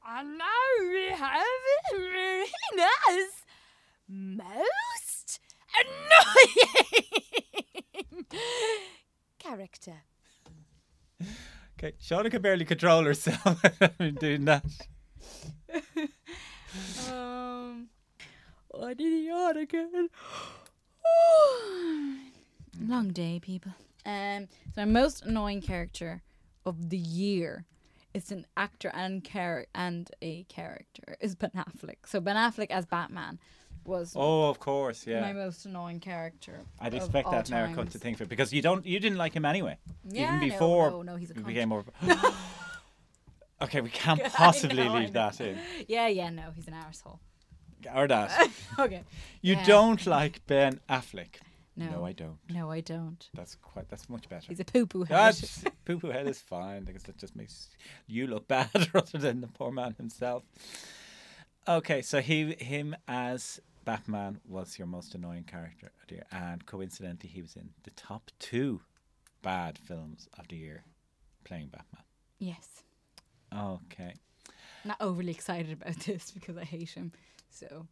C: And now we have Marina's most annoying character.
A: Okay, Shauna can barely control herself in doing that.
B: Um, what idiot again? Long day, people. Um, so my most annoying character of the year is an actor and char- and a character is Ben Affleck. So Ben Affleck as Batman was
A: Oh, of course,
B: my
A: yeah.
B: most annoying character.
A: I'd
B: of
A: expect
B: all
A: that now.
B: times.
A: Come to think of it, because you don't, you didn't like him anyway.
B: Yeah, no,
A: Even before
B: no, no, he's a
A: he
B: cunt.
A: became more. okay, we can't possibly
B: know, I
A: leave
B: know.
A: that in,
B: Yeah, yeah, no, he's an arsehole.
A: or that.
B: Okay.
A: You
B: Yeah.
A: don't like Ben Affleck.
B: No.
A: I don't.
B: No, I don't.
A: That's quite. That's much better.
B: He's a poo poo head.
A: That's poo poo head is fine because that just makes you look bad rather than the poor man himself. Okay, so he him as Batman was your most annoying character of the year, and coincidentally, he was in the top two bad films of the year playing Batman.
B: Yes.
A: Okay,
B: not overly excited about this because I hate him. So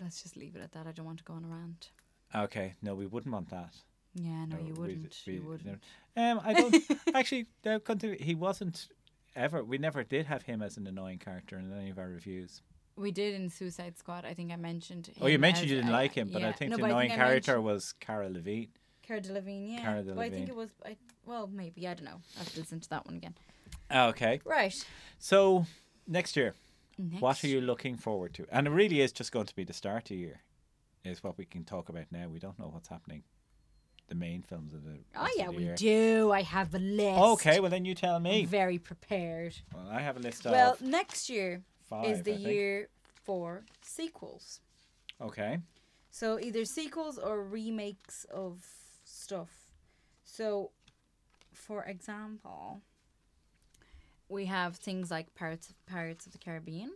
B: let's just leave it at that. I don't want to go on a rant.
A: okay, no, we wouldn't want that.
B: Yeah, no,
A: No,
B: you
A: we-
B: wouldn't.
A: we-
B: you
A: no.
B: wouldn't.
A: Um, I don't actually. No, come to- he wasn't ever. We never did have him as an annoying character in any of our reviews.
B: We did in Suicide Squad. I think I mentioned.
A: Oh, you
B: him
A: mentioned
B: as
A: you didn't
B: a-
A: like him, but I
B: yeah.
A: think
B: No,
A: the
B: but I
A: annoying
B: think I
A: character
B: mentioned
A: was Cara Levine.
B: Cara Delevingne. Yeah,
A: Cara
B: Well, I think
A: Delevingne.
B: it was. I, well, maybe I don't know. I have to listen to that one again. Oh,
A: Okay.
B: Right.
A: So next year,
B: Next.
A: what are you looking forward to? And it really is just going to be the start of the year, is what we can talk about now. We don't know what's happening. The main films of the.
B: Oh
A: rest of
B: yeah,
A: the
B: we
A: year.
B: do. I have a list.
A: Okay, well then you tell
B: I'm
A: me.
B: very prepared.
A: Well, I have a list
B: Well,
A: of
B: next year
A: five.
B: is the
A: I think.
B: year for sequels.
A: Okay.
B: So either sequels or remakes of stuff. So, for example, we have things like Pirates Pirates of the Caribbean,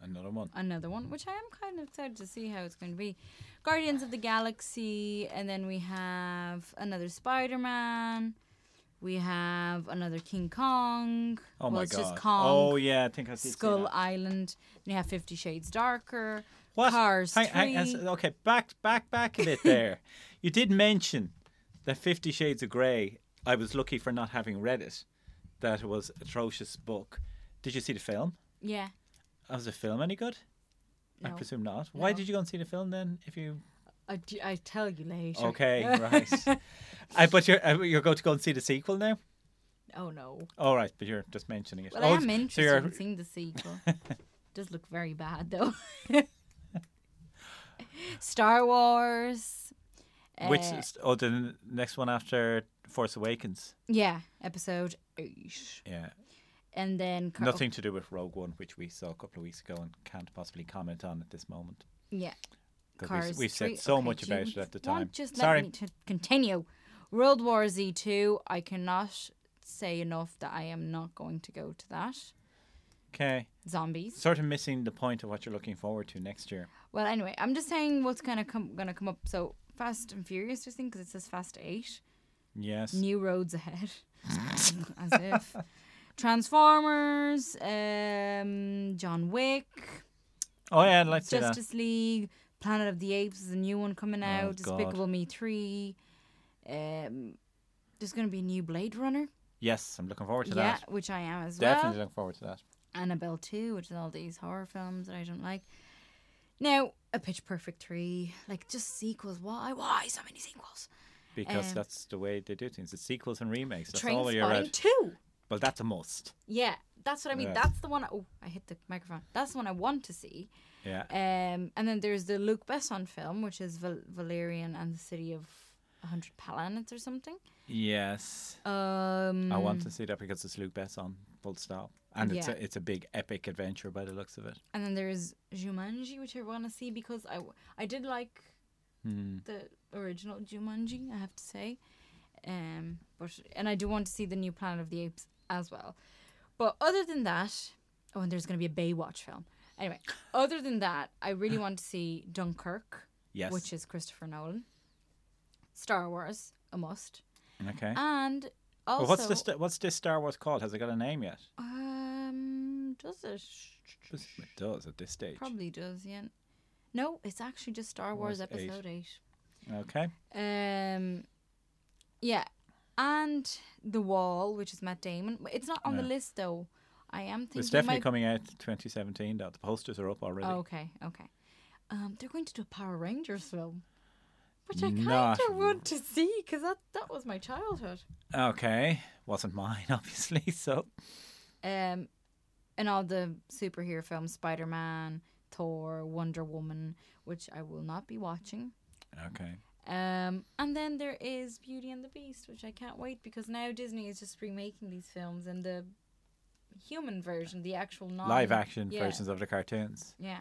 A: Another one.
B: another one, which I am kind of excited to see how it's going to be. Guardians of the Galaxy, and then we have another Spider Man. We have another King Kong.
A: Oh
B: well,
A: my
B: it's
A: god.
B: Just Kong.
A: oh yeah, I think I did see
B: Skull
A: that.
B: Island. And you have Fifty Shades Darker.
A: What?
B: Cars
A: Hang- hang- uh,
B: 3.
A: that's- okay, back back back a bit there. you did mention that Fifty Shades of Grey. I was lucky for not having read it. That it was atrocious book. Did you see the film?
B: yeah.
A: Uh, Was the film any good? I
B: No.
A: presume not. Why
B: No.
A: did you go and see the film then? If you
B: I, d- I tell you later.
A: okay, right. I, but you're uh, you're going to go and see the sequel now.
B: Oh no.
A: All right, but you're just mentioning it.
B: Well,
A: oh,
B: I am
A: so
B: interested
A: you're-
B: in seeing the sequel. does look very bad though. Star Wars.
A: which
B: uh,
A: is, oh the n- next one after Force Awakens.
B: yeah, episode eight.
A: Yeah.
B: and then Car-
A: Nothing to do with Rogue One, which we saw a couple of weeks ago and can't possibly comment on at this moment.
B: Yeah.
A: 'Cause we s-
B: Cars
A: we said
B: three-
A: so
B: okay,
A: much
B: do
A: about
B: you
A: it at the
B: want-
A: time.
B: Just
A: Sorry.
B: let me to continue. World War Z two. I cannot say enough that I am not going to go to that.
A: Okay.
B: Zombies.
A: Sort of missing the point of what you're looking forward to next year.
B: Well, anyway, I'm just saying what's gonna come gonna come up. So Fast and Furious, just think because it says Fast Eight.
A: Yes.
B: New roads ahead. As if. Transformers, um, John Wick,
A: oh yeah, I'd like to see that.
B: Justice League, Planet of the Apes is a new one coming out,
A: Oh, God.
B: Despicable Me 3. Um, there's going to be a new Blade Runner.
A: Yes, I'm looking forward to
B: yeah,
A: that.
B: which I am as
A: Definitely
B: well.
A: looking forward to that.
B: Annabelle 2, which is all these horror films that I don't like. Now, A Pitch Perfect 3. Like, just sequels. Why? Why so many sequels?
A: Because
B: Um,
A: that's the way they do things. It's sequels and remakes. That's all
B: Train
A: you're
B: Spotting
A: at.
B: 2.
A: Well, that's a must.
B: Yeah, that's what I mean.
A: Yeah.
B: That's the one. oh, I hit the microphone. That's the one I want to see.
A: Yeah.
B: Um, and then there's the Luke Besson film, which is Val- Valerian and the City of a Hundred Planets or something.
A: Yes.
B: Um,
A: I want to see that because it's Luke Besson, full stop. And it's
B: Yeah.
A: a, it's a big epic adventure by the looks of it.
B: And then there's Jumanji, which I want to see because I w- I did like
A: Hmm.
B: the original Jumanji. I have to say, um, but and I do want to see the new Planet of the Apes as well. But other than that, oh, and there's going to be a Baywatch film. Anyway, other than that, I really want to see Dunkirk.
A: Yes.
B: which is Christopher Nolan. Star Wars, a must.
A: okay.
B: And also,
A: well, what's this? What's this Star Wars called? Has it got a name yet?
B: um, does it? Oh,
A: It does at this stage.
B: Probably does, yeah. No, it's actually just Star Wars
A: Wars eight.
B: Episode Eight.
A: Okay.
B: Um, yeah, and The Wall, which is Matt Damon. But It's not on the
A: Yeah.
B: list though. I am thinking.
A: It's definitely
B: might- Oh,
A: coming out 2017. Though the posters are up already.
B: Okay, okay. Um, they're going to do a Power Rangers film, which I kind
A: Not
B: of want to see because that that was my childhood.
A: Okay. Wasn't mine, obviously. So
B: um, and all the superhero films, Spider Man, Thor, Wonder Woman, which I will not be watching.
A: okay.
B: Um, and then there is Beauty and the Beast, which I can't wait because now Disney is just remaking these films and the human version, the actual non
A: Live action
B: yeah,
A: versions of the cartoons,
B: Yeah.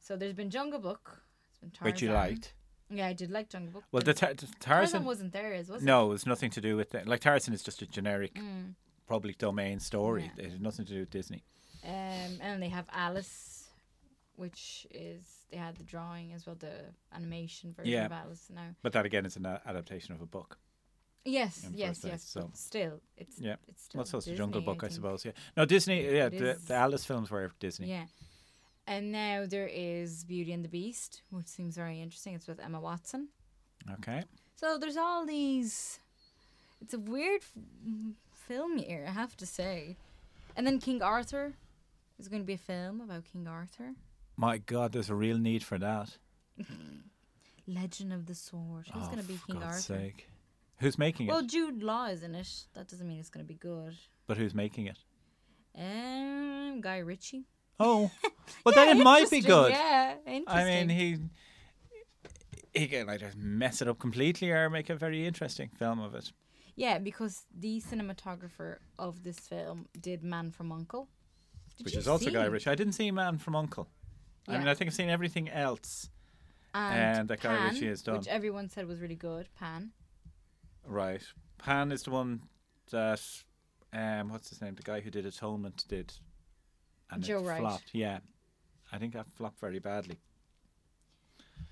B: So there's been Jungle Book. It's been Tarzan.
A: which you liked.
B: Yeah, I did like Jungle Book.
A: Well,
B: but
A: the, tar- the
B: Tarzan,
A: Tarzan.
B: wasn't there, is was it?
A: No, it's nothing to do with that. Like Tarzan is just a generic
B: Mm.
A: public domain story.
B: Yeah.
A: It has nothing to do with Disney.
B: Um, and they have Alice, which is they had the drawing as well, the animation version
A: Yeah.
B: of Alice now.
A: But that again is an a- adaptation of a book.
B: Yes,
A: In first
B: yes,
A: place,
B: yes.
A: so-
B: But still, it's
A: Yeah.
B: It's still
A: Well, so it's the Jungle
B: Disney,
A: Book, I,
B: think.
A: suppose. Yeah. No, Disney. Yeah,
B: It
A: the,
B: is.
A: the Alice films were Disney.
B: Yeah. And now there is Beauty and the Beast, which seems very interesting. It's with Emma Watson.
A: Okay.
B: So there's all these. It's a weird f- m- film year, I have to say. And then King Arthur. There's going to be a film about King Arthur.
A: My God, there's a real need for that.
B: Legend of the Sword. Who's
A: Oh,
B: going to be
A: for
B: King
A: God's
B: Arthur?
A: sake. Who's making
B: Well,
A: it?
B: Jude Law is in it. That doesn't mean it's going to be good.
A: But who's making it?
B: Um, Guy Ritchie.
A: Oh, well, then it might be
B: Interesting,
A: good.
B: Yeah, interesting.
A: I mean, he he can either mess it up completely or make a very interesting film of it.
B: yeah, because the cinematographer of this film did Man from Uncle, Did
A: which
B: you
A: is also Guy
B: see?
A: Ritchie. I didn't see Man from Uncle. I
B: Yeah.
A: mean, I think I've seen everything else.
B: and,
A: and that Guy
B: Pan,
A: Ritchie has done.
B: which everyone said was really good. Pan.
A: Right. Pan is the one that um, what's his name? The guy who did Atonement did, and
B: Joe
A: it
B: Wright.
A: flopped. Yeah, I think that flopped very badly.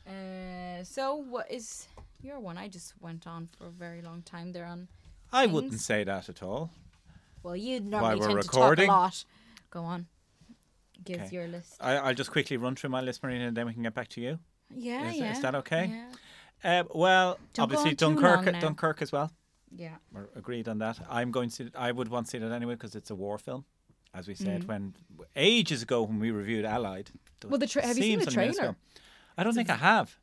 B: Uh, so what is your one? I just went on for a very long time there. On
A: I
B: Things.
A: wouldn't say that at all.
B: well, you normally
A: we're
B: tend
A: recording.
B: to talk a lot. Go on. Give
A: Okay.
B: your list.
A: I, I'll just quickly run through my list, Marina, and then we can get back to you.
B: Yeah,
A: is,
B: yeah.
A: is that okay?
B: Yeah.
A: Uh, well,
B: Don't go
A: obviously
B: on too long
A: Dunkirk,
B: now.
A: Dunkirk as well.
B: yeah.
A: We're agreed on that. I'm going to. I would want to see that anyway because it's a war film, as we said when ages ago when we reviewed Allied.
B: Mm. Well, the tra- have you seen
A: Seems
B: the
A: only minutes
B: trailer?
A: ago. I don't think I have.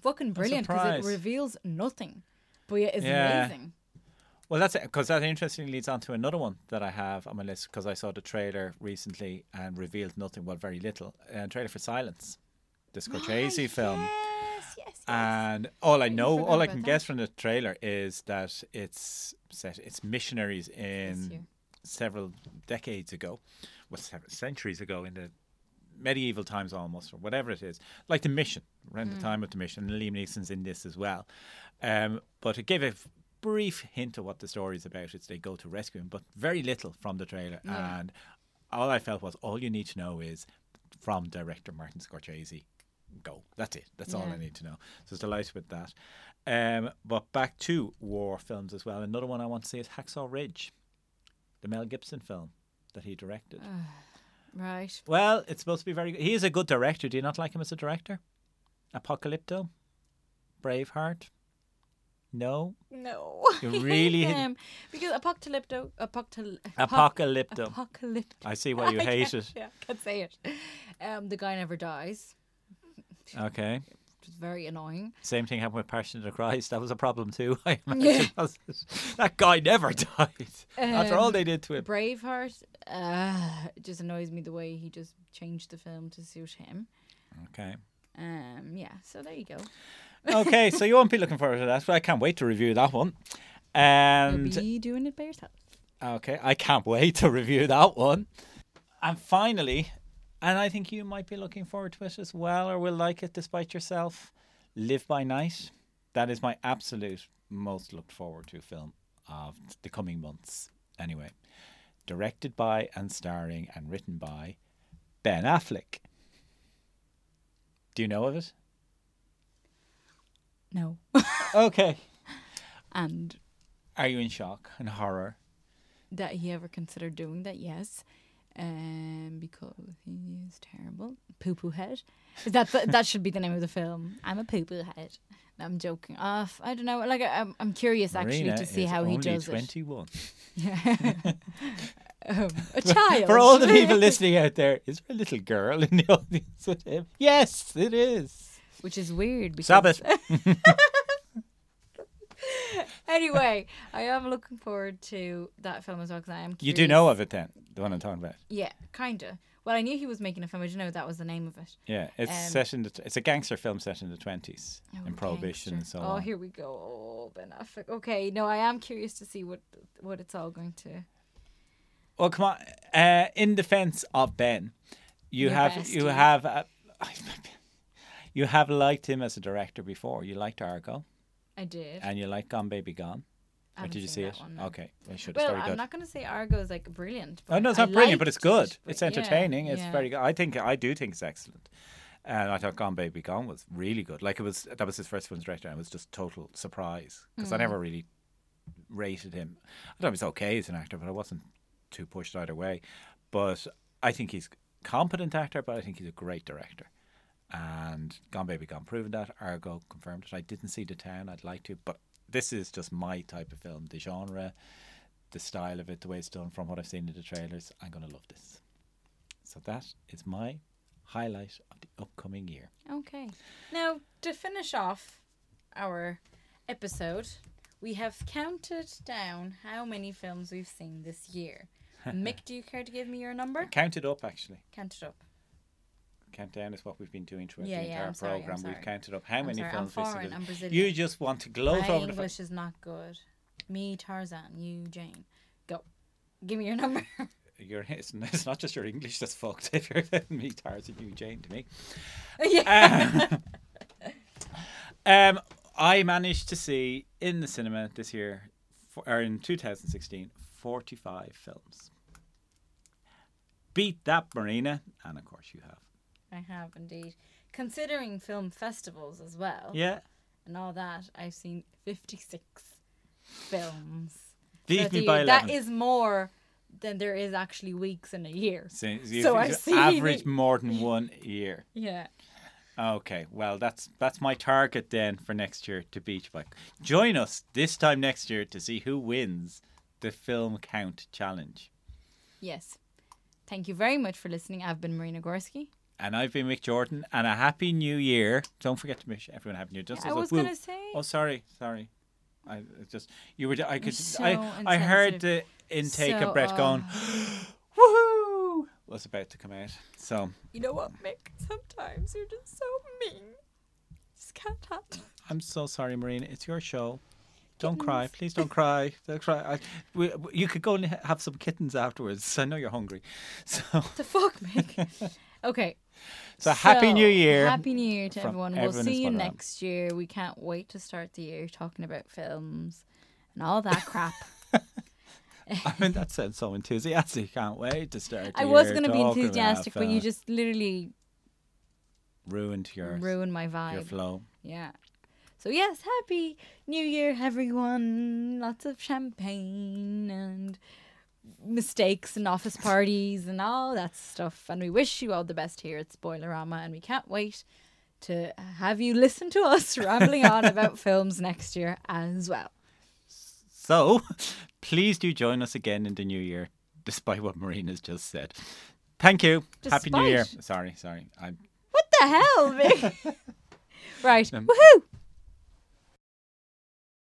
B: fucking brilliant because
A: surprised.
B: it reveals nothing, but it is
A: Yeah.
B: amazing.
A: Well, that's it because that interestingly leads on to another one that I have on my list because I saw the trailer recently and revealed nothing, well, very little. And trailer for Silence, the Scorsese film,
C: Yes, yes, yes.
A: and all I know,
B: forgot
A: all I
B: about
A: can
B: that.
A: guess from the trailer is that it's set, it's missionaries in
B: year.
A: several decades ago, well, several centuries ago in the medieval times almost, or whatever it is, like The Mission, around
B: Mm.
A: the time of The Mission, and Liam Neeson's in this as well. Um, but it gave a f- brief hint of what the story is about. It's they go to rescue him, but very little from the trailer. And all I felt was all you need to know is from director Martin Scorsese, go. That's it. That's all I
B: Yeah.
A: need to know. So I was delighted with that. Um, but back to war films as well. Another one I want to see is Hacksaw Ridge, the Mel Gibson film that he directed.
B: Right.
A: Well, it's supposed to be very good. He is a good director. Do you not like him as a director? Apocalypto? Braveheart? No?
B: No.
A: You really hate-
B: him because apocalypto apocalypto
A: Apocalypto.
B: apocalypto.
A: I see why you
B: I
A: hate
B: can't-
A: it.
B: Yeah, can't say it. Um, the guy never dies,
A: Okay.
B: which is very annoying.
A: Same thing happened with Passion of the Christ. That was a problem too. I imagine. wasn't it? That guy never died. After all
B: Um,
A: they did to him.
B: Braveheart, uh, it just annoys me the way he just changed the film to suit him.
A: Okay.
B: Um, yeah, so there you go.
A: Okay, so you won't be looking forward to that, but I can't wait to review that one. And
B: You'll be doing it by yourself.
A: Okay, I can't wait to review that one. And finally, and I think you might be looking forward to it as well, or will like it despite yourself. Live by Night. That is my absolute most looked forward to film of the coming months. Anyway, directed by and starring and written by Ben Affleck. Do you know of it?
B: No,
A: Okay.
B: and
A: Are you in shock and horror?
B: that he ever considered doing that? Yes, um, because he is terrible. Poo poo head. Is that the, that should be the name of the film? I'm a poo poo head. No, I'm joking. Off. I don't know. Like I- I'm, I'm curious actually
A: Marina
B: to see
A: is
B: how he
A: only
B: does it.
A: 21.
B: Yeah. um, a child.
A: For all the people listening out there, is there a little girl in the audience with him? Yes, it is.
B: Which is weird. Because
A: Stop it.
B: Anyway, I am looking forward to that film as well because I am.
A: You
B: Curious.
A: do know of it then, the one I'm talking about.
B: Yeah, kinda. Well, I knew he was making a film. I didn't know that was the name of it.
A: Yeah, it's
B: Um,
A: set in the, t- it's a gangster film set in the 20s
B: Oh,
A: in Prohibition and
B: gangster.
A: so
B: Oh,
A: on.
B: here we go. Oh, Ben Affleck. Okay, no, I am curious to see what what it's all going to.
A: Well, come on. Uh, in defense of Ben, you
B: Your
A: have
B: bestie.
A: you have uh, you have liked him as a director before. You liked Argo
B: I did.
A: and you liked Gone Baby Gone.
B: I
A: Or
B: haven't
A: did you
B: seen
A: see
B: that
A: it?
B: one, no.
A: Okay, I should.
B: well,
A: it's very
B: I'm
A: good.
B: not going to say Argo is like brilliant.
A: Oh no, it's
B: I
A: not brilliant, but it's
B: liked
A: good.
B: it, but
A: It's
B: yeah,
A: entertaining. It's
B: yeah.
A: very good. I think I do think it's excellent. And I thought Gone Baby Gone was really good. Like it was that was his first film as director, and it was just total surprise because
B: Mm.
A: I never really rated him. I thought he was okay as an actor, but I wasn't too pushed either way. But I think he's a competent actor, but I think he's a great director. And Gone Baby Gone proven that. Argo confirmed it. I didn't see The Town. I'd like to, but this is just my type of film. The genre, the style of it, the way it's done, from what I've seen in the trailers, I'm going to love this. So that is my highlight of the upcoming year.
B: Okay. Now, to finish off our episode, we have counted down how many films we've seen this year. Mick, do you care to give me your number?
A: Count it up, actually.
B: Count it up.
A: Countdown is what we've been doing throughout
B: Yeah,
A: the
B: yeah,
A: entire
B: I'm sorry, I'm
A: program. We've
B: sorry.
A: counted up how
B: I'm
A: many
B: sorry, I'm
A: films we've seen.
B: foreign, I'm Brazilian.
A: You just want to gloat
B: My
A: over the fact.
B: English is not good. Me, Tarzan. You, Jane. Go. Give me your number.
A: Your, it's, it's not just your English that's fucked. If you're me, Tarzan, you, Jane, to me.
B: yeah.
A: Um, I managed to see in the cinema this year, for, or in 2016, 45 films. Beat that, Marina. And of course, you have.
B: I have indeed. Considering film festivals as well
A: Yeah.
B: and all that, I've seen 56 films.
A: Beat
B: throughout the
A: me by
B: year.
A: 11.
B: That is more than there is actually weeks in a year.
A: so you
B: so I've seen
A: average
B: it.
A: more than one year.
B: Yeah.
A: Okay, well that's that's my target then for next year to beat back. Join us this time next year to see who wins the film count challenge.
B: Yes. Thank you very much for listening. I've been Marina Gorski.
A: And I've been Mick Jordan, and a happy new year. Don't forget to wish everyone a happy new year. Just
B: I
A: as a
B: was
A: whoop.
B: gonna say.
A: Oh, sorry, sorry. I it just you were. I could.
B: so
A: I I heard the intake
B: So,
A: of Brett
B: uh,
A: going, woohoo, was about to come out. So
C: You know what, Mick? Sometimes you're just so mean. Just can't handle
A: I'm so sorry, Marina. It's your show. Don't cry, please. Don't cry. Don't cry. I, we, we- you could go and ha- have some kittens afterwards. I know you're hungry. So,
B: The fuck, Mick. okay.
A: so happy
B: So,
A: New Year.
B: Happy New Year to
A: from
B: everyone. We'll
A: everyone in
B: see you
A: Spoilerland.
B: next year. We can't wait to start the year talking about films and all that crap.
A: I mean, that sounds so enthusiastic. Can't wait to start.
B: I
A: the
B: was
A: year
B: going to be
A: talking about
B: enthusiastic, but you
A: films.
B: just literally
A: ruined your
B: ruined my
A: your
B: vibe.
A: flow.
B: Yeah. So yes, happy New Year, everyone! Lots of champagne and mistakes and office parties and all that stuff. And we wish you all the best here at Spoilerama, and we can't wait to have you listen to us rambling on about films next year as well.
A: So, please do join us again in the new year, despite what Maureen has just said. Thank you. Happy New Year. Sorry, sorry. I'm
B: What the hell, Vic? right. Woohoo!